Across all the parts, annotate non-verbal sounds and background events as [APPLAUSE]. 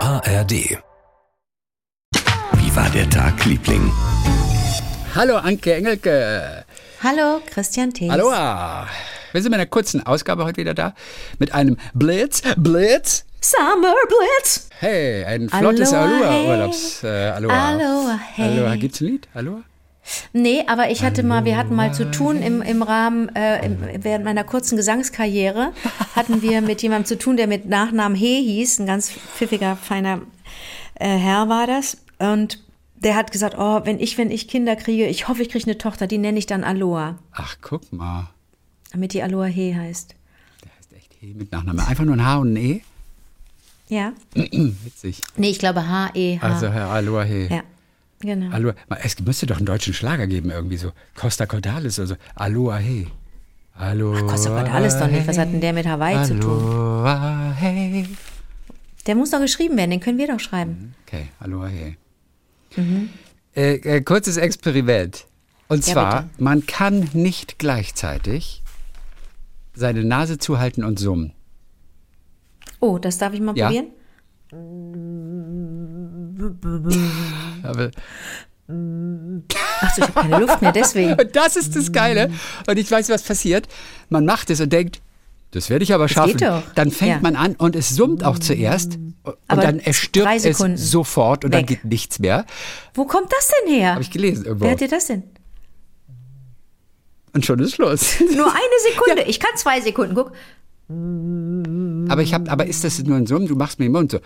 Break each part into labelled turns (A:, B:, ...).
A: ARD. Wie war der Tag, Liebling?
B: Hallo Anke Engelke.
C: Hallo, Christian Thees.
B: Aloha. Wir sind mit einer kurzen Ausgabe heute wieder da. Mit einem Blitz, Blitz.
C: Summer Blitz.
B: Hey, ein flottes
C: Aloha, hey.
B: Aloha-Urlaubs. Äh, Aloha.
C: Aloha, hey.
B: Aloha. Gibt's ein Lied? Aloha?
C: Nee, aber ich hatte mal, wir hatten mal zu tun im, im Rahmen, äh, im, während meiner kurzen Gesangskarriere, hatten wir mit jemandem zu tun, der mit Nachnamen He hieß, ein ganz pfiffiger, feiner äh, Herr war das. Und der hat gesagt, oh, wenn ich, wenn ich Kinder kriege, ich hoffe, ich kriege eine Tochter, die nenne ich dann Aloha,
B: Ach, guck mal.
C: damit die Aloha He heißt.
B: Der heißt echt He mit Nachname. Einfach nur ein H und ein E. [CLEARS THROAT]
C: Ja?
B: Witzig.
C: Nee, ich glaube H-E-H.
B: Also, Herr Aloha, He.
C: ja, genau.
B: Aloha. Mal, Es müsste doch einen deutschen Schlager geben, irgendwie so. Costa Cordalis oder so. Aloha, He. Aloha. Ach,
C: Costa Cordalis doch nicht. Was hat denn der mit Hawaii zu tun?
B: Aloha, He.
C: Der muss doch geschrieben werden, den können wir doch schreiben.
B: Okay, hallo, hey. Äh, äh, kurzes Experiment. Und
C: Mhm. Ja,
B: zwar,
C: bitte.
B: man kann nicht gleichzeitig seine Nase zuhalten und summen.
C: Oh, das darf ich mal
B: Ja.
C: probieren?
B: Aber,
C: Achso, ich habe keine Luft
B: [LAUGHS]
C: mehr, deswegen.
B: und das ist das Geile. Und ich weiß, was passiert. Man macht es und denkt, das werde ich aber schaffen.
C: geht doch.
B: Dann fängt
C: Ja.
B: man an und es summt auch zuerst. Und
C: Aber
B: dann
C: drei
B: erstirbt es
C: Sekunden.
B: sofort und dann
C: Weg.
B: geht nichts mehr.
C: Wo kommt das denn her?
B: Habe ich gelesen irgendwo.
C: Wer hat dir das denn?
B: Und schon ist
C: [LAUGHS]
B: Schluss.
C: Nur eine
B: [LAUGHS]
C: Sekunde. Ich kann zwei Sekunden. Guck.
B: Aber ich habe, aber ist das nur ein Summen? Du machst mir den Mund so.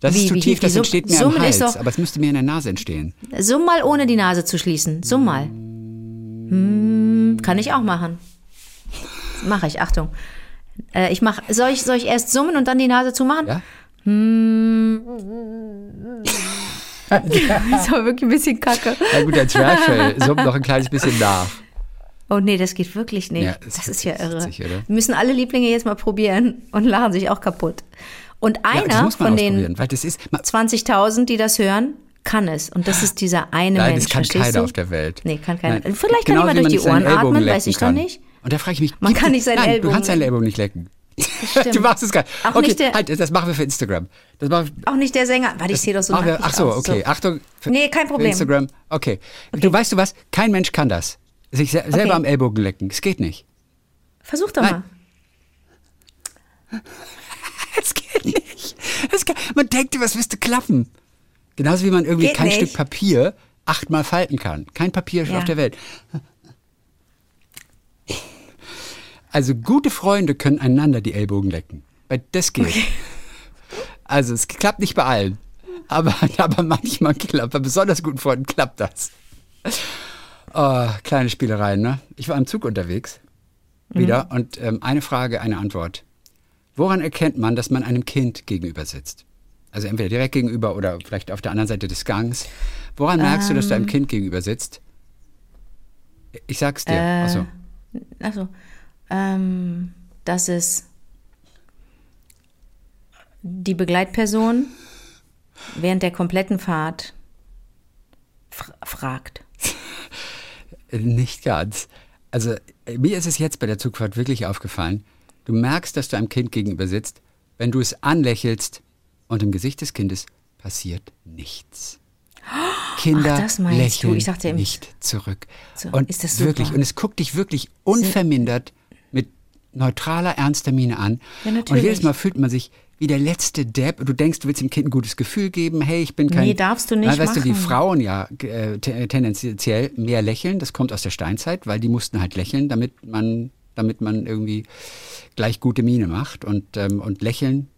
B: Das ist
C: Wie,
B: zu
C: wie,
B: tief,
C: wie,
B: das
C: wie,
B: entsteht mir am
C: Summen
B: Hals,
C: ist doch-
B: aber es müsste mir in der Nase entstehen.
C: Summ mal, ohne die Nase zu schließen. Summ mal. Hm, kann ich auch machen. Mache ich, Achtung. Äh, ich mach, soll, ich, soll ich erst summen und dann die Nase zumachen?
B: Ja?
C: Das ist aber wirklich ein bisschen kacke.
B: Na gut, als
C: [LAUGHS]
B: Zwerchfell summt noch ein kleines bisschen nach.
C: Oh nee, das geht wirklich nicht.
B: Ja, es
C: das
B: ist
C: ist ja irre.
B: witzig, oder?
C: Wir müssen alle Lieblinge jetzt mal probieren und lachen sich auch kaputt. Und
B: Ja,
C: einer
B: das muss man
C: von
B: ausprobieren,
C: den
B: weil das ist, man,
C: 20.000, die das hören, kann es. Und das ist dieser eine
B: nein,
C: Mensch,
B: das kann
C: verstehst
B: keiner
C: du?
B: auf der Welt. Genau
C: Nee, kann keiner.
B: keiner.
C: Vielleicht kann jemand durch die Ohren atmen, weiß ich doch nicht.
B: Und da frage ich mich,
C: Man
B: gibt
C: kann
B: es-
C: nicht seinen
B: nein,
C: Ellbogen
B: du kannst deinen
C: lecken.
B: Ellbogen nicht lecken. [LAUGHS]
C: stimmt.
B: du machst es gar
C: Auch
B: okay,
C: nicht der-
B: halt, das machen wir für Instagram. Das machen wir
C: Auch nicht der Sänger. Warte, ich sehe doch so
B: Ach, ja,
C: nackig
B: ach so,
C: aus.
B: okay. Achtung. für-
C: Nee, kein
B: für
C: Problem.
B: Instagram. Okay. Du weißt du was? Kein Mensch kann das. Sich se selber am Ellbogen lecken. Es geht nicht.
C: Versuch doch
B: Nein.
C: mal.
B: [LAUGHS] Es geht nicht. Es kann, man denkt, was müsste klappen? Genauso wie man irgendwie
C: Geht
B: kein
C: nicht.
B: Stück Papier achtmal falten kann. Kein Papier ist
C: Ja.
B: auf der Welt. Also gute Freunde können einander die Ellbogen lecken. Weil Das geht. Also es klappt nicht bei allen. Aber, [LAUGHS] aber manchmal klappt, bei besonders guten Freunden klappt das. Oh, kleine Spielereien, ne? Ich war im Zug unterwegs.
C: Mhm.
B: Wieder. Und ähm, eine Frage, eine Antwort. Woran erkennt man, dass man einem Kind gegenüber sitzt? Also entweder direkt gegenüber oder vielleicht auf der anderen Seite des Gangs. Woran merkst du, dass du einem Kind gegenüber sitzt? Ich sag's dir. Achso.
C: Also, ähm, das ist die Begleitperson während der kompletten Fahrt fra fragt.
B: Äh, Nicht ganz. Also äh, mir ist es jetzt bei der Zugfahrt wirklich aufgefallen. Du merkst, dass du einem Kind gegenüber sitzt, wenn du es anlächelst und im Gesicht des Kindes passiert
C: [GASPS]
B: nichts. Kinder
C: Ach, das meinst du.
B: lächeln
C: Ich dachte im-
B: nicht zurück.
C: So,
B: und
C: ist das
B: wirklich
C: super.
B: und es guckt dich wirklich unvermindert mit neutraler ernster Miene an.
C: Ja,
B: Und jedes
C: natürlich.
B: Mal fühlt man sich wie der letzte Depp. Du denkst, du willst dem Kind ein gutes Gefühl geben. Hey, ich bin kein
C: Nee, darfst du nicht
B: Nein, weißt du, die
C: machen.
B: Frauen ja äh, te- tendenziell mehr lächeln. Das kommt aus der Steinzeit, weil die mussten halt lächeln, damit man, damit man irgendwie gleich gute Miene macht. Und, ähm, und lächeln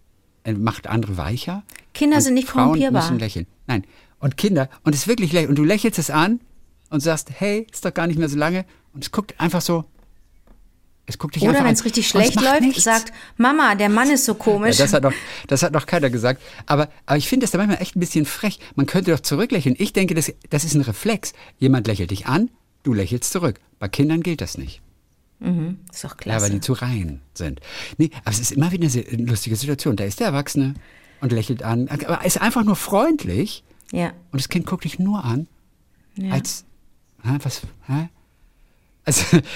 B: äh, macht andere weicher.
C: Kinder
B: und
C: sind nicht
B: Frauen
C: korrumpierbar.
B: müssen lächeln. Nein. Und Kinder, und es ist wirklich lächeln. Und du lächelst es an und sagst, hey, ist doch gar nicht mehr so lange. Und es guckt einfach so. Es guckt dich
C: Oder
B: einfach
C: wenn
B: an.
C: es richtig
B: Und
C: schlecht
B: macht
C: läuft,
B: nichts.
C: sagt Mama, der Mann ist so
B: Ja,
C: komisch.
B: das, hat noch, das hat noch keiner gesagt. Aber, aber ich finde das da manchmal echt ein bisschen frech. Man könnte doch zurücklächeln. Ich denke, das, das ist ein Reflex. Jemand lächelt dich an, du lächelst zurück. Bei Kindern gilt das nicht.
C: Mhm, ist doch
B: Ja, weil
C: klasse.
B: die zu rein sind. Nee, aber es ist immer wieder eine se- lustige Situation. Da ist der Erwachsene und lächelt an. Aber ist einfach nur freundlich.
C: Ja.
B: Und das Kind guckt dich nur an. Als. Hä, was? Hä? Also, [LAUGHS]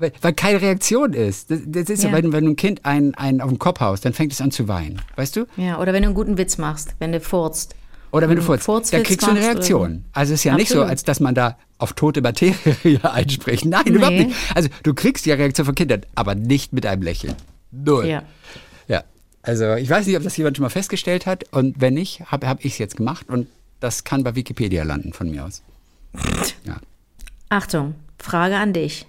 B: Weil, weil keine Reaktion ist. Das, das ist ja,
C: Ja.
B: wenn, wenn du ein Kind einen, einen auf den Kopf haust, dann fängt es an zu weinen. Weißt du?
C: Ja, oder wenn du einen guten Witz machst, wenn du furzt.
B: Oder wenn du furzt,
C: Furzwitz
B: dann kriegst du eine
C: machst
B: Reaktion. Also es ist ja nicht so,
C: Absolut.
B: als dass man da auf tote Materie [LAUGHS] einspricht. Nein, überhaupt
C: Nee.
B: nicht. Also du kriegst ja Reaktion von Kindern, aber nicht mit einem Lächeln. Null.
C: Ja.
B: Ja. Also ich weiß nicht, ob das jemand schon mal festgestellt hat. Und wenn nicht, habe hab ich es jetzt gemacht. Und das kann bei Wikipedia landen von mir
C: [LAUGHS]
B: aus. Ja.
C: Achtung, Frage an dich.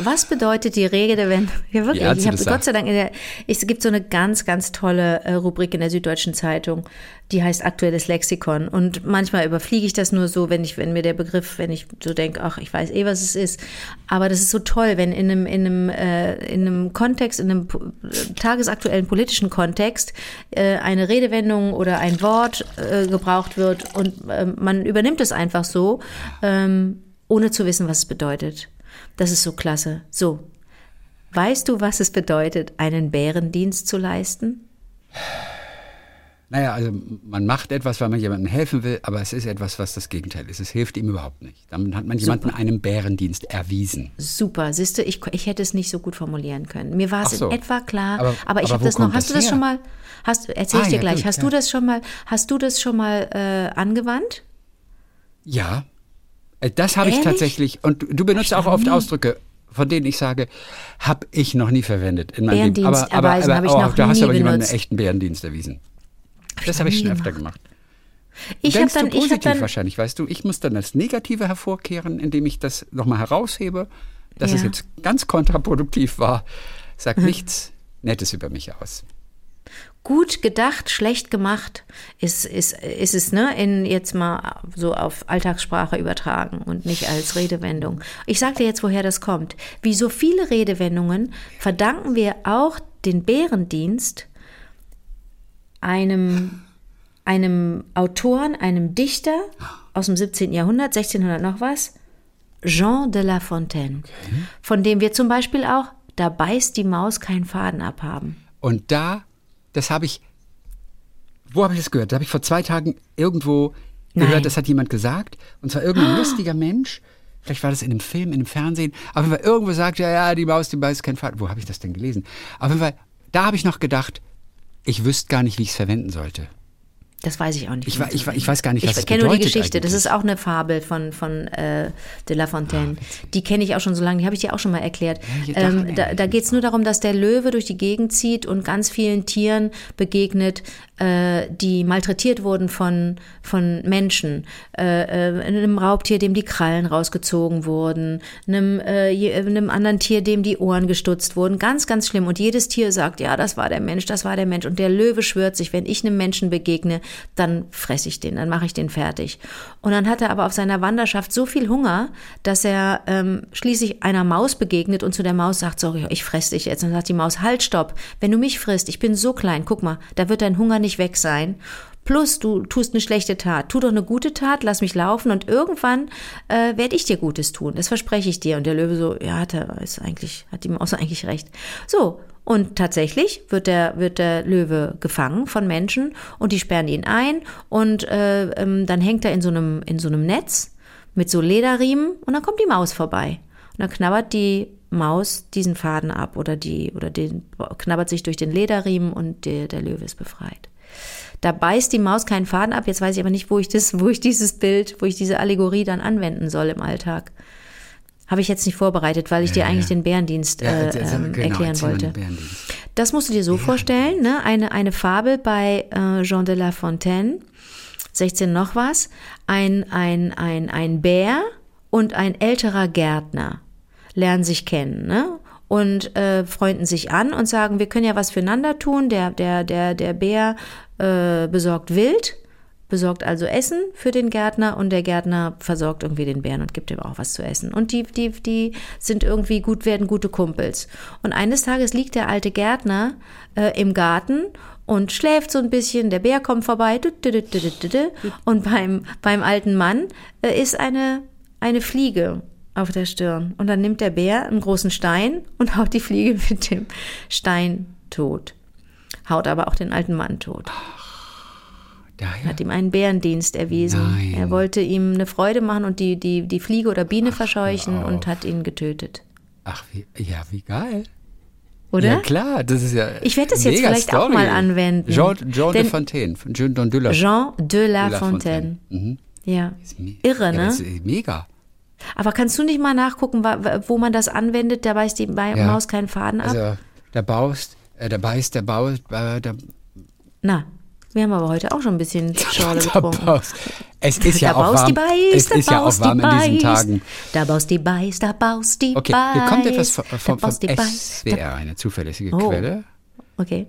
C: Was bedeutet die Redewendung? Ja, wirklich.
B: Ja, hat sie
C: ich habe
B: das gesagt.
C: Gott sei Dank in der. Es gibt so eine ganz, ganz tolle äh, Rubrik in der Süddeutschen Zeitung, die heißt Aktuelles Lexikon. Und manchmal überfliege ich das nur so, wenn ich, wenn mir der Begriff, wenn ich so denke, ach, ich weiß eh, was es ist. Aber das ist so toll, wenn in einem, in einem, äh, in einem Kontext, in einem po- äh, tagesaktuellen politischen Kontext äh, eine Redewendung oder ein Wort äh, gebraucht wird und äh, man übernimmt es einfach so. Ähm, ohne zu wissen, was es bedeutet. Das ist so klasse. So, weißt du, was es bedeutet, einen Bärendienst zu leisten?
B: Naja, also man macht etwas, weil man jemandem helfen will, aber es ist etwas, was das Gegenteil ist. Es hilft ihm überhaupt nicht. Damit hat man jemanden einem Bärendienst erwiesen.
C: Super, siehst du, ich, ich hätte es nicht so gut formulieren können. Mir war
B: Ach
C: es
B: so.
C: in etwa klar,
B: Aber-
C: aber, ich
B: aber
C: habe
B: wo
C: das noch.
B: kommt
C: Hast
B: das
C: du das
B: her?
C: schon mal? Hast, erzähl
B: Ah,
C: ich dir
B: ja,
C: gleich.
B: gut,
C: hast
B: ja.
C: du das schon mal? Hast du das schon mal äh, angewandt?
B: Ja, Äh, das habe ich
C: Ehrlich?
B: tatsächlich. Und du- du benutzt auch oft Ausdrücke, von denen ich sage, habe ich noch nie verwendet in meinem Leben.
C: Bärendienst erweisen habe ich noch
B: da hast du
C: nie
B: aber jemanden einen
C: benutzt.
B: echten Bärendienst erwiesen. das
C: noch
B: habe ich
C: nie
B: schon öfter gemacht.
C: Ich habe
B: Denkst
C: dann,
B: du
C: ich
B: positiv
C: habe dann,
B: wahrscheinlich, weißt du? Ich muss dann das Negative hervorkehren, indem ich das nochmal heraushebe, dass es
C: Ja. Hm.
B: jetzt ganz kontraproduktiv war. Sagt nichts Nettes über mich aus.
C: gut gedacht, schlecht gemacht ist, ist, ist es, ne, in jetzt mal so auf Alltagssprache übertragen und nicht als Redewendung. Ich sag dir jetzt, woher das kommt. Wie so viele Redewendungen verdanken wir auch den Bärendienst einem, einem Autoren, einem Dichter aus dem 17. Jahrhundert, 1600 noch was, Jean de La Fontaine, von dem wir zum Beispiel auch da beißt die Maus keinen Faden abhaben.
B: Und da, das habe ich, wo habe ich das gehört? Da habe ich vor zwei Tagen irgendwo
C: Nein.
B: gehört, das hat jemand gesagt. Und zwar irgendein lustiger Mensch. Vielleicht war das in einem Film, in einem Fernsehen. Auf jeden Fall irgendwo sagt, ja, ja, die Maus, die Maus, kein Faden. Wo habe ich das denn gelesen? Auf jeden Fall, da habe ich noch gedacht, ich wüsste gar nicht, wie ich es verwenden sollte.
C: Das weiß ich auch nicht.
B: Ich
C: wie
B: wei-
C: man
B: ich
C: so
B: wei- ich weiß gar nicht,
C: nennt.
B: was
C: Ich
B: es
C: kenne nur die
B: bedeutet
C: Geschichte. Das
B: eigentlich. Ah,
C: ist auch eine Fabel von, von äh, de La Fontaine. die kenne ich auch schon so lange. Die habe ich dir auch schon mal erklärt.
B: hier daran
C: ähm, da
B: erinnere ich
C: da geht es nur darum, dass der Löwe durch die Gegend zieht und ganz vielen Tieren begegnet, äh, die malträtiert wurden von, von Menschen. Äh, äh, einem Raubtier, dem die Krallen rausgezogen wurden. Einem, äh, je- äh, einem anderen Tier, dem die Ohren gestutzt wurden. Ganz, ganz schlimm. Und jedes Tier sagt, ja, das war der Mensch, das war der Mensch. Und der Löwe schwört sich, wenn ich einem Menschen begegne, dann fresse ich den, dann mache ich den fertig. Und dann hat er aber auf seiner Wanderschaft so viel Hunger, dass er ähm, schließlich einer Maus begegnet und zu der Maus sagt, sorry, ich fresse dich jetzt. Und dann sagt die Maus, halt, stopp, wenn du mich frisst, ich bin so klein, guck mal, da wird dein Hunger nicht weg sein. Plus, du tust eine schlechte Tat. Tu doch eine gute Tat, lass mich laufen und irgendwann äh, werde ich dir Gutes tun. Das verspreche ich dir. Und der Löwe so, ja, hat er ist eigentlich, hat die Maus [LAUGHS] eigentlich recht. So, und tatsächlich wird der, wird der Löwe gefangen von Menschen und die sperren ihn ein und äh, ähm, dann hängt er in so einem, in so einem Netz mit so Lederriemen und dann kommt die Maus vorbei. Und dann knabbert die Maus diesen Faden ab oder die, oder den, knabbert sich durch den Lederriemen und der, der Löwe ist befreit. Da beißt die Maus keinen Faden ab. Jetzt weiß ich aber nicht, wo ich das, wo ich dieses Bild, wo ich diese Allegorie dann anwenden soll im Alltag. Habe ich jetzt nicht vorbereitet, weil ich dir eigentlich den Bärendienst äh,
B: also,
C: ähm,
B: genau,
C: erklären
B: erzähl mal den
C: wollte.
B: Bärendienst.
C: Das musst du dir so vorstellen, ne? Eine, eine Fabel bei äh, Jean de La Fontaine, 16 noch was, ein, ein, ein, ein Bär und ein älterer Gärtner lernen sich kennen, ne? Und äh, freunden sich an und sagen, wir können ja was füreinander tun. Der, der, der, der Bär äh, besorgt Wild, besorgt also Essen für den Gärtner und der Gärtner versorgt irgendwie den Bären und gibt ihm auch was zu essen. Und die, die, die sind irgendwie gut, werden gute Kumpels. Und eines Tages liegt der alte Gärtner äh, im Garten und schläft so ein bisschen, der Bär kommt vorbei dü- dü- dü- dü- dü- dü- dü. und beim, beim alten Mann äh, ist eine, eine Fliege auf der Stirn. Und dann nimmt der Bär einen großen Stein und haut die Fliege mit dem Stein tot. Haut aber auch den alten Mann tot
B: Daher,
C: hat ihm einen Bärendienst erwiesen.
B: Nein.
C: Er wollte ihm eine Freude machen und die, die, die Fliege oder Biene verscheuchen und hat ihn getötet.
B: Ach, wie, ja, wie geil.
C: oder?
B: Ja, klar, das ist ja.
C: Ich werd das jetzt
B: mega
C: vielleicht auch
B: Story.
C: mal anwenden.
B: Jean, Jean de
C: Denn-
B: Fontaine, von Jean Dondula.
C: Jean de la,
B: De La Fontaine. Mhm.
C: Fontaine. Ja. Irre,
B: Ja,
C: ne?
B: das ist mega.
C: Aber kannst du nicht mal nachgucken, wa- wa- wo man das anwendet? Da beißt die Ba-
B: Ja.
C: Maus keinen Faden ab.
B: Also, der baust, äh, der beißt, der baust, äh, der,
C: Na, wir haben aber heute auch schon
B: [LAUGHS]
C: ein bisschen Schorle
B: der
C: getrunken.
B: baust. Es ist ja
C: da
B: auch
C: baust
B: warm.
C: die Beiß,
B: es
C: da
B: ist ja auch
C: baust
B: warm
C: die
B: in diesen
C: Beiß.
B: Tagen.
C: Da baust die Beiß, da baust die
B: Okay,
C: Beiß.
B: hier kommt etwas vom, vom,
C: da
B: vom
C: baust die Beiß, da-
B: SWR, eine zuverlässige
C: Oh.
B: Quelle.
C: Okay.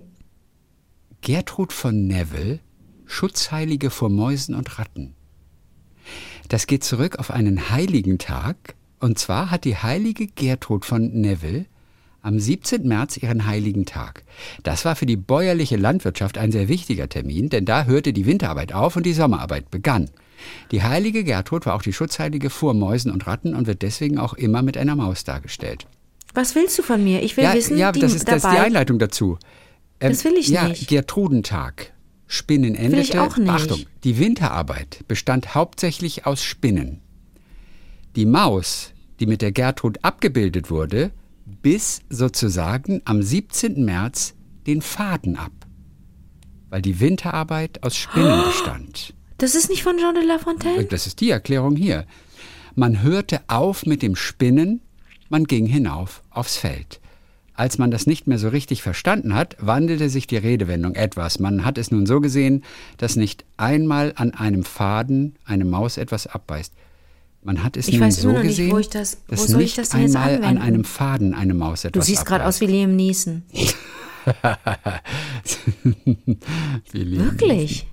B: Gertrud von Neville, Schutzheilige vor Mäusen und Ratten. Das geht zurück auf einen heiligen Tag. Und zwar hat die heilige Gertrud von Neville am 17. März ihren heiligen Tag. Das war für die bäuerliche Landwirtschaft ein sehr wichtiger Termin, denn da hörte die Winterarbeit auf und die Sommerarbeit begann. Die heilige Gertrud war auch die Schutzheilige vor Mäusen und Ratten und wird deswegen auch immer mit einer Maus dargestellt.
C: Was willst du von mir? Ich will wissen,
B: ja,
C: die
B: das ist,
C: dabei.
B: das ist die Einleitung dazu. Ähm,
C: Das will ich
B: ja,
C: nicht.
B: Gertrudentag. Spinnen endete.
C: ich auch nicht.
B: Achtung, die Winterarbeit bestand hauptsächlich aus Spinnen. Die Maus, die mit der Gertrud abgebildet wurde, biss sozusagen am 17. März den Faden ab, weil die Winterarbeit aus
C: [GASPS]
B: Spinnen bestand.
C: das ist nicht von Jean de La Fontaine?
B: Und Äh, Das ist die Erklärung hier. Man hörte auf mit dem Spinnen, man ging hinauf aufs Feld. Als man das nicht mehr so richtig verstanden hat, wandelte sich die Redewendung etwas. Man hat es nun so gesehen, dass nicht einmal an einem Faden eine Maus etwas abbeißt. Man hat es
C: Ich
B: nun
C: weiß
B: so
C: immer noch nicht, wo
B: gesehen,
C: ich das- wo
B: dass
C: soll ich
B: nicht
C: das denn jetzt
B: einmal an
C: anwenden?
B: einem Faden eine Maus
C: Du
B: etwas
C: siehst gerade aus
B: abbeißt.
C: wie Liam Neeson.
B: [LAUGHS] Wie lieb.
C: Wirklich?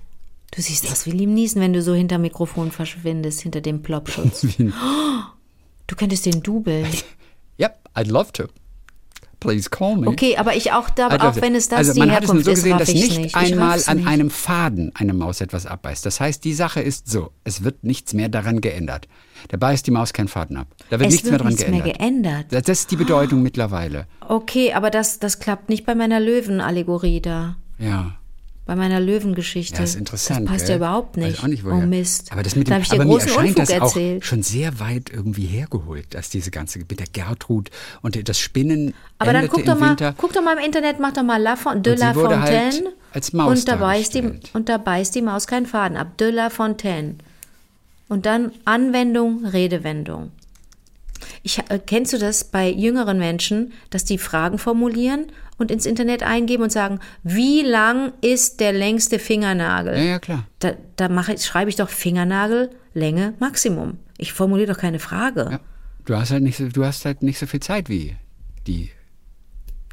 C: Du siehst aus wie Liam Neeson, wenn du so hinter Mikrofon verschwindest, hinter dem
B: [LAUGHS]
C: Plopschutz. Oh, Du könntest den dubeln.
B: Yep, I'd love to. Please call me.
C: Okay, aber ich auch da,
B: Also,
C: auch wenn es das
B: also
C: die
B: man hat es nur
C: Herkunft
B: so
C: ist,
B: gesehen,
C: raff
B: dass
C: ich's
B: nicht
C: nicht. ich
B: einmal
C: raff's
B: an
C: nicht.
B: einem Faden eine Maus etwas abbeißt. Das heißt, die Sache ist so: Es wird nichts mehr daran geändert. Da beißt die Maus keinen Faden ab. Da wird
C: es
B: nichts
C: wird
B: mehr daran
C: nichts
B: geändert.
C: mehr geändert. Ah.
B: Das- Das ist die Bedeutung mittlerweile.
C: Okay, aber das, das klappt nicht bei meiner Löwenallegorie da.
B: Ja.
C: Bei meiner Löwengeschichte.
B: Ja, ist interessant.
C: Das passt
B: gell?
C: ja überhaupt nicht.
B: Weiß auch nicht woher.
C: oh Mist.
B: Aber das mit dem,
C: da habe ich dir
B: aber mir
C: großen
B: erscheint
C: Unfug
B: das auch
C: erzählt.
B: schon sehr weit irgendwie hergeholt, dass diese ganze mit der Gertrud und das Spinnen
C: Aber dann
B: endete
C: guck doch,
B: im
C: mal,
B: Winter.
C: guck doch mal im Internet, mach doch mal La Fon de
B: Und sie
C: la
B: wurde halt
C: Fontaine.
B: als Maus
C: und, da beißt die,
B: dargestellt.
C: und da beißt die Maus keinen Faden ab. De la Fontaine. Und dann Anwendung, Redewendung. Ich, äh, kennst du das bei jüngeren Menschen, dass die Fragen formulieren und ins Internet eingeben und sagen, wie lang ist der längste Fingernagel?
B: Ja, ja, klar.
C: Da, da mache, ich- schreibe ich doch Fingernagel, Länge, Maximum. Ich formuliere doch keine Frage.
B: Ja. Du hast halt nicht so, du hast halt nicht so viel Zeit wie die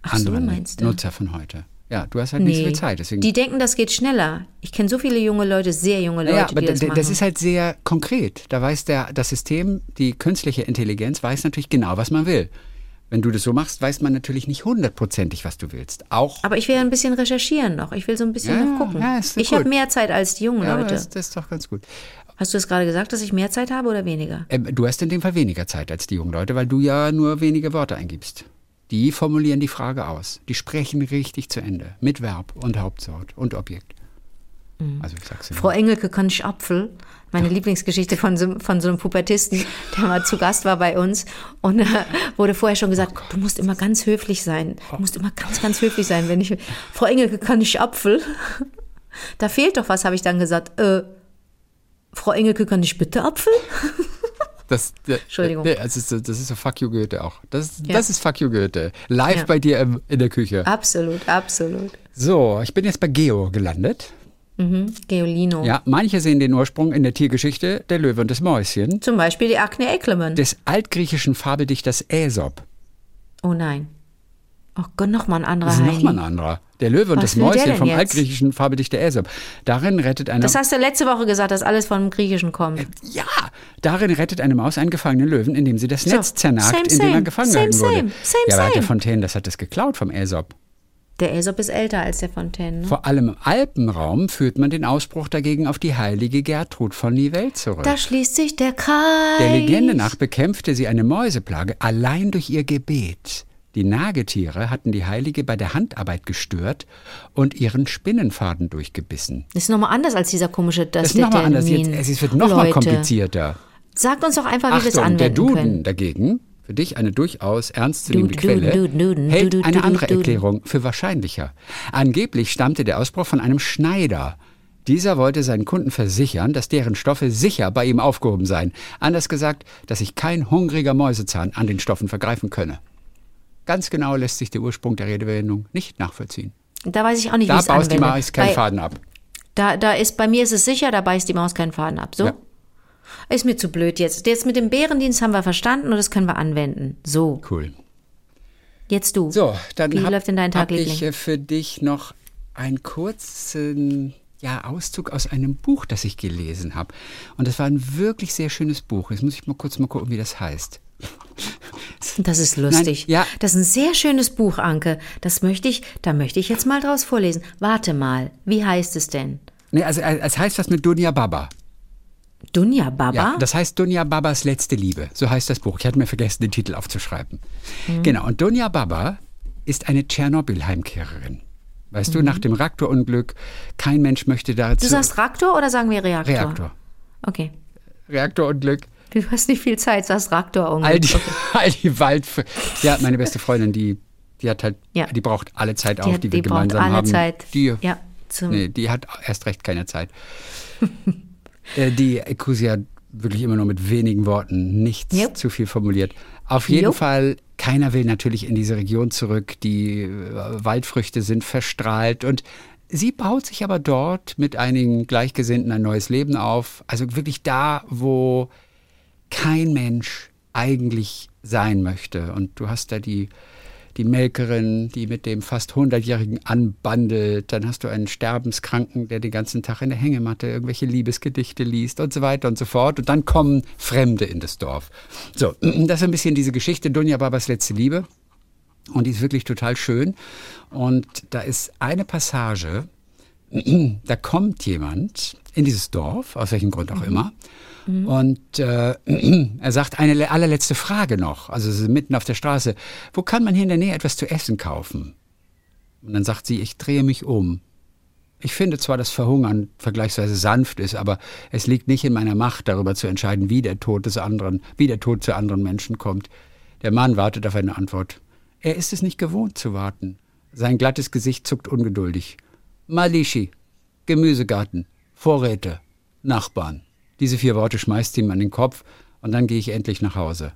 C: Ach so,
B: anderen
C: meinst du?
B: Nutzer von heute. Ja, du hast halt nicht so
C: Nee.
B: viel Zeit, deswegen.
C: Die denken, das geht schneller. Ich kenne so viele junge Leute, sehr junge Leute,
B: ja, aber
C: die das
B: d-
C: machen.
B: d- das ist halt sehr konkret. Da weiß der, das System, die künstliche Intelligenz weiß natürlich genau, was man will. Wenn du das so machst, weiß man natürlich nicht hundertprozentig, was du willst. Auch
C: aber ich will ja ein bisschen recherchieren noch. Ich will so ein bisschen
B: Ja,
C: noch gucken.
B: ja, ist
C: ich
B: gut.
C: habe mehr Zeit als die jungen
B: ja, aber
C: Leute.
B: das, das ist doch ganz gut.
C: Hast du das gerade gesagt, dass ich mehr Zeit habe oder weniger?
B: Ähm, du hast in dem Fall weniger Zeit als die jungen Leute, weil du ja nur wenige Wörter eingibst. Die formulieren die Frage aus. Die sprechen richtig zu Ende. Mit Verb und Hauptsort und Objekt.
C: Mhm.
B: Also ich sag's dir.
C: Frau Engelke kann ich Apfel. Meine Lieblingsgeschichte von so, von so einem Pubertisten, der mal zu Gast war bei uns. Und äh, wurde vorher schon
B: Oh
C: gesagt, du musst immer ganz höflich sein. Du musst immer ganz, ganz höflich sein. Wenn ich, Frau Engelke kann ich Apfel. Da fehlt doch was, habe ich dann gesagt. Äh, Frau Engelke kann ich bitte Apfel?
B: Das, der,
C: Entschuldigung.
B: Der, das, ist, so- das ist so Fuck You Goethe auch. Das, ist-
C: Ja.
B: das ist Fuck You Goethe. Live
C: Ja. Ah.
B: bei dir im, in der Küche.
C: Absolut, absolut.
B: So, ich bin jetzt bei Geo gelandet.
C: Mhm. Geolino.
B: Ja, manche sehen den Ursprung in der Tiergeschichte der Löwe und des Mäuschen,
C: Zum Beispiel die Akne Ekleman.
B: des altgriechischen Fabeldichters Aesop.
C: Oh nein. Oh Gott, nochmal ein anderer
B: Das ist nochmal ein
C: Heini.
B: anderer. Der Löwe und
C: Was
B: das
C: will der
B: Mäuschen
C: denn
B: vom
C: jetzt?
B: altgriechischen Fabeldichter Aesop. Darin rettet eine
C: Das hast du letzte Woche gesagt, dass alles vom Griechischen kommt.
B: Ja, darin rettet eine Maus einen gefangenen Löwen, indem sie das Netz zernagt,
C: Same,
B: in dem er
C: same.
B: gefangen
C: Same,
B: gehalten wurde.
C: same. Same,
B: ja, aber der
C: same.
B: Fontaine, das hat das geklaut vom Aesop.
C: Der Aesop ist älter als der Fontaine. Ne?
B: Vor allem im Alpenraum führt man den Ausbruch dagegen auf die heilige Gertrud von Nivelle zurück.
C: Da schließt sich der Kreis.
B: Der Legende nach bekämpfte sie eine Mäuseplage allein durch ihr Gebet. Die Nagetiere hatten die Heilige bei der Handarbeit gestört und ihren Spinnenfaden durchgebissen.
C: Das ist nochmal anders als dieser komische Das,
B: Das ist nochmal anders. Jetzt,
C: Determin.
B: es wird nochmal
C: Leute,
B: komplizierter.
C: Sagt uns doch einfach, wie wir es
B: Achtung,
C: anwenden
B: der Duden
C: können.
B: dagegen für dich eine durchaus ernstzunehmende
C: Du- du-
B: Quelle,
C: du- du- du- du-
B: hält
C: du-
B: eine
C: du-
B: andere
C: du-
B: Erklärung für wahrscheinlicher. Angeblich stammte der Ausbruch von einem Schneider. Dieser wollte seinen Kunden versichern, dass deren Stoffe sicher bei ihm aufgehoben seien. Anders gesagt, dass sich kein hungriger Mäusezahn an den Stoffen vergreifen könne. Ganz genau lässt sich der Ursprung der Redewendung nicht nachvollziehen.
C: Da weiß ich auch nicht, wie
B: Da
C: es
B: baust die
C: anwende.
B: Maus keinen
C: Bei-
B: Faden ab.
C: Da, da ist, bei mir ist es sicher, da beißt die Maus keinen Faden ab. So?
B: Ja.
C: Ist mir zu blöd jetzt. Jetzt mit dem Bärendienst haben wir verstanden und das können wir anwenden. So,
B: Cool.
C: jetzt du.
B: So, dann
C: Wie
B: hab,
C: läuft denn dein Tag,
B: hab ich
C: Liebling?
B: äh, für dich noch einen kurzen ja, Auszug aus einem Buch, das ich gelesen habe. Und das war ein wirklich sehr schönes Buch. Jetzt muss ich mal kurz mal gucken, wie das heißt. [LAUGHS]
C: Das ist lustig.
B: Nein, ja.
C: Das ist ein sehr schönes Buch, Anke. Das möchte ich, da möchte ich jetzt mal draus vorlesen. Warte mal, wie heißt es denn?
B: Nee, also äh, es heißt was mit Dunja Baba.
C: Dunja Baba?
B: Ja, das heißt Dunja Babas letzte Liebe. So heißt das Buch. Ich hatte mir vergessen, den Titel aufzuschreiben.
C: Mhm.
B: Genau. Und Dunja Baba ist eine Tschernobyl-Heimkehrerin. Weißt du, nach dem Reaktorunglück, kein Mensch möchte dazu.
C: Mhm. du sagst Raktor oder sagen wir Reaktor?
B: Reaktor.
C: Okay.
B: Reaktorunglück.
C: Du hast nicht viel Zeit, sagst Raktor
B: All
C: irgendwie.
B: die, [LAUGHS] all die Wald. Ja, meine beste Freundin, die, die hat halt,
C: Ja.
B: die braucht alle Zeit
C: Die
B: auf,
C: hat-
B: die wir
C: die braucht
B: gemeinsam
C: alle
B: haben.
C: Zeit.
B: Die,
C: Ja, zum-
B: nee, die hat erst recht keine
C: [LAUGHS]
B: Zeit. Äh, die Kusi hat wirklich immer nur mit wenigen Worten nichts
C: Yep.
B: zu viel formuliert. Auf jeden
C: Yup.
B: Fall, keiner will natürlich in diese Region zurück. Die äh, Waldfrüchte sind verstrahlt und sie baut sich aber dort mit einigen Gleichgesinnten ein neues Leben auf. Also wirklich da, wo kein Mensch eigentlich sein möchte. Und du hast da die, die Melkerin, die mit dem fast 100-Jährigen anbandelt. Dann hast du einen Sterbenskranken, der den ganzen Tag in der Hängematte irgendwelche Liebesgedichte liest und so weiter und so fort. Und dann kommen Fremde in das Dorf. So, [CLEARS THROAT] das ist ein bisschen diese Geschichte. Dunja Babas letzte Liebe. Und die ist wirklich total schön. Und da ist eine Passage, da kommt jemand in dieses Dorf, aus welchem Grund auch immer, und äh, [CLEARS THROAT] er sagt eine le- allerletzte Frage noch, also sie sind mitten auf der Straße, wo kann man hier in der Nähe etwas zu essen kaufen? Und dann sagt sie, ich drehe mich um. Ich finde zwar, dass Verhungern vergleichsweise sanft ist, aber es liegt nicht in meiner Macht, darüber zu entscheiden, wie der Tod des anderen, wie der Tod zu anderen Menschen kommt. Der Mann wartet auf eine Antwort. Er ist es nicht gewohnt zu warten. Sein glattes Gesicht zuckt ungeduldig. Malishi, Gemüsegarten, Vorräte, Nachbarn. Diese vier Worte schmeißt ihm an den Kopf und dann gehe ich endlich nach Hause.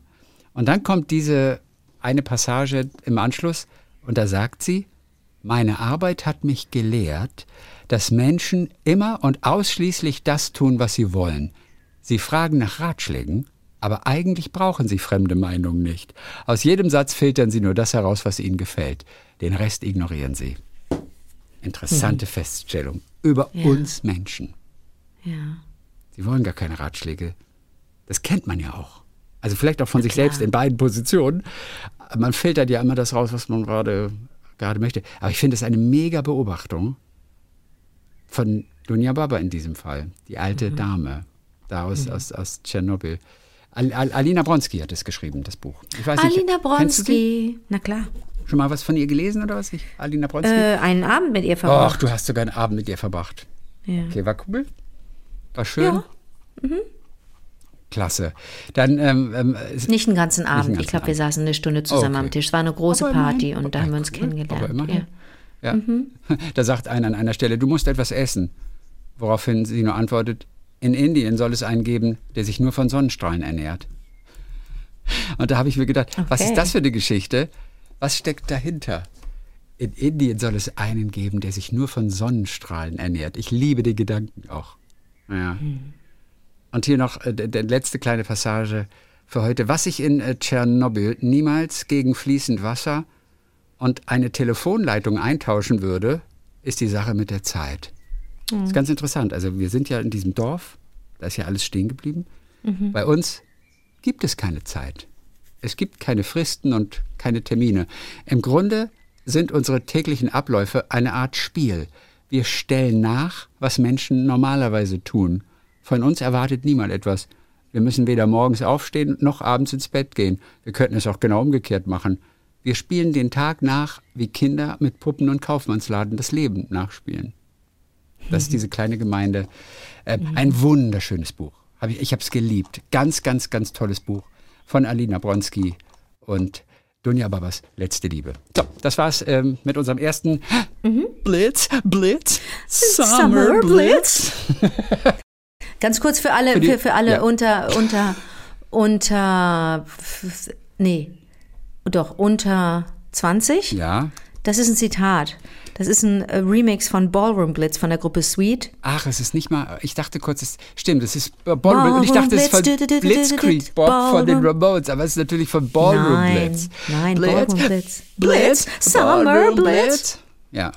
B: Und dann kommt diese eine Passage im Anschluss und da sagt sie, meine Arbeit hat mich gelehrt, dass Menschen immer und ausschließlich das tun, was sie wollen. Sie fragen nach Ratschlägen, aber eigentlich brauchen sie fremde Meinungen nicht. Aus jedem Satz filtern sie nur das heraus, was ihnen gefällt. Den Rest ignorieren sie. Interessante Feststellung über
C: Ja.
B: uns Menschen.
C: ja.
B: Sie wollen gar keine Ratschläge. Das kennt man ja auch. Also vielleicht auch von sich
C: klar.
B: selbst in beiden Positionen. Man filtert ja immer das raus, was man gerade, gerade möchte. Aber ich finde es eine mega Beobachtung von Dunja Baba in diesem Fall. Die
C: Mhm.
B: alte Dame da aus, aus, aus Tschernobyl. Al Al Alina Bronski hat es geschrieben, das Buch. Also Ich weiß nicht,
C: Alina
B: kennst du die?
C: Bronski. Na klar.
B: Schon mal was von ihr gelesen oder was? Ich, Alina Bronski?
C: Äh, einen Abend mit ihr
B: Ach,
C: verbracht.
B: du hast sogar einen Abend mit ihr verbracht.
C: Ja.
B: Okay, war cool. War schön.
C: Ja. Mhm.
B: Klasse. Dann ähm, ähm, ist
C: Nicht einen ganzen Abend.
B: ganzen
C: ich glaube, wir
B: Abend.
C: saßen eine Stunde zusammen
B: Okay.
C: am Tisch. Es war eine große
B: Aber immerhin-
C: Party und da haben wir uns
B: cool,
C: kennengelernt.
B: Aber
C: ja. Mhm.
B: immerhin. Ja. Da sagt einer an einer Stelle, du musst etwas essen. Woraufhin sie nur antwortet, in Indien soll es einen geben, der sich nur von Sonnenstrahlen ernährt. Und da habe ich mir gedacht, was
C: Okay.
B: ist das für eine Geschichte? Was steckt dahinter? In Indien soll es einen geben, der sich nur von Sonnenstrahlen ernährt. Ich liebe den Gedanken auch. Ja. Und hier noch äh, die letzte kleine Passage für heute. Was ich in äh, Tschernobyl niemals gegen fließend Wasser und eine Telefonleitung eintauschen würde, ist die Sache mit der Zeit. Das ist ganz interessant. Also wir sind ja in diesem Dorf, da ist ja alles stehen geblieben. Bei uns gibt es keine Zeit. Es gibt keine Fristen und keine Termine. Im Grunde sind unsere täglichen Abläufe eine Art Spiel. Wir stellen nach, was Menschen normalerweise tun. Von uns erwartet niemand etwas. Wir müssen weder morgens aufstehen noch abends ins Bett gehen. Wir könnten es auch genau umgekehrt machen. Wir spielen den Tag nach, wie Kinder mit Puppen und Kaufmannsladen das Leben nachspielen. Das ist diese kleine Gemeinde. Äh, ein wunderschönes Buch. Hab ich ich habe es geliebt. Ganz, ganz, ganz tolles Buch von Alina Bronski. und Dunja Babas letzte Liebe. So, das war's ähm, mit unserem ersten Blitz, Blitz, Summer
C: Summer
B: Blitz.
C: Blitz. Ganz kurz für alle,
B: Für
C: für,
B: die-
C: für, alle
B: ja.
C: unter, unter, unter, f- nee, doch, unter 20.
B: Ja.
C: Das ist ein Zitat. Das ist ein äh, Remix von Ballroom Glitz von der Gruppe Sweet.
B: Ach, es ist nicht mal. Ich dachte kurz, es stimmt, es ist äh, Ballroom. Und ich dachte, es ist von
C: Ballroom Blitz,
B: Blitzkrieg Bob von den
C: Ballroom.
B: Ramones, aber es ist natürlich von Ballroom
C: Nein,
B: Blitz.
C: nein, Ballroom Blitz.
B: Blitz,
C: Blitz, Summer
B: Ballroom
C: Blitz.
B: Ja,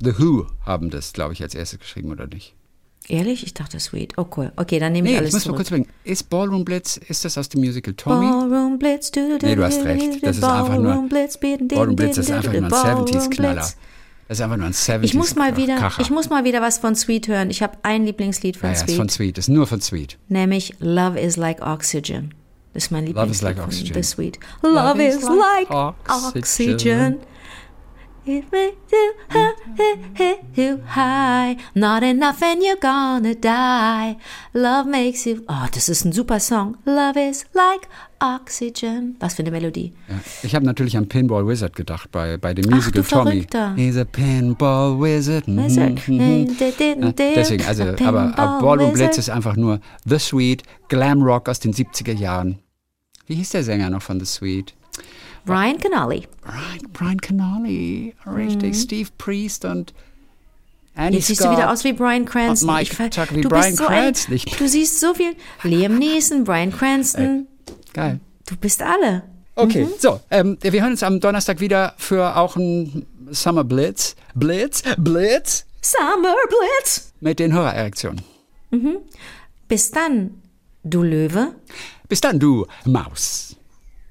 B: The Who haben das, glaube ich, als erstes geschrieben oder nicht?
C: Ehrlich? Ich dachte Sweet. Oh cool. Okay, dann nehme ich
B: Nee, ich
C: alles
B: muss mal
C: zurück.
B: kurz überlegen. Ist Ballroom Blitz? Ist das aus dem Musical Tommy?
C: Ballroom Blitz. Du,
B: Nee, du hast recht. Das ist einfach nur-
C: Ballroom Blitz. bidden, didden,
B: Ballroom Blitz
C: didden,
B: ist einfach nur
C: didden,
B: ein
C: Ballroom
B: 70s-Knaller.
C: Blitz.
B: Das ist einfach nur ein 70s-Kracher.
C: Ich muss mal wieder, ich muss mal wieder was von Sweet hören. Ich habe ein Lieblingslied von
B: ja, ja,
C: Sweet,
B: ist von Sweet, ist nur von Sweet.
C: nämlich Love is like Oxygen. Das ist mein
B: Love is
C: Lieblingslied
B: like
C: von
B: oxygen.
C: The Sweet. Love, is, like
B: oxygen.
C: oxygen. It makes you high, high, high, high. Not enough and you're gonna die. Love makes you. Oh, das ist ein super Song. Love is like oxygen. Was für eine Melodie.
B: Ja. Ich habe natürlich an Pinball Wizard gedacht bei, bei dem
C: Ach,
B: Musical
C: du
B: Tommy.
C: Verrückter.
B: He's a Pinball Wizard. Mhm,
C: Wizard.
B: mhm.
C: Ja,
B: Ja, deswegen, also,
C: a
B: aber
C: pinball
B: Ballroom Blitz
C: wizard.
B: ist einfach nur The Sweet, Glam Rock aus den 70er Jahren. Wie hieß der Sänger noch von The Sweet?
C: Ryan Canali.
B: Brian, Brian Canali, richtig. Steve Priest und Annie
C: Mhm.
B: Scott.
C: Jetzt siehst du wieder aus wie Brian Cranston.
B: oh, Mike
C: Ich ver-
B: Tuck wie
C: du
B: Bryan
C: bist so ein-
B: Cranston. Ich-
C: Du siehst so viel. Liam Neeson, Brian
B: Äh.
C: Cranston.
B: Geil.
C: Du bist alle.
B: Okay, so, ähm, wir hören uns am Donnerstag wieder für auch einen Summer Blitz. Blitz, Blitz
C: Summer Blitz.
B: mit den Hörererektionen.
C: Bis dann, du Löwe.
B: Bis dann, du Maus.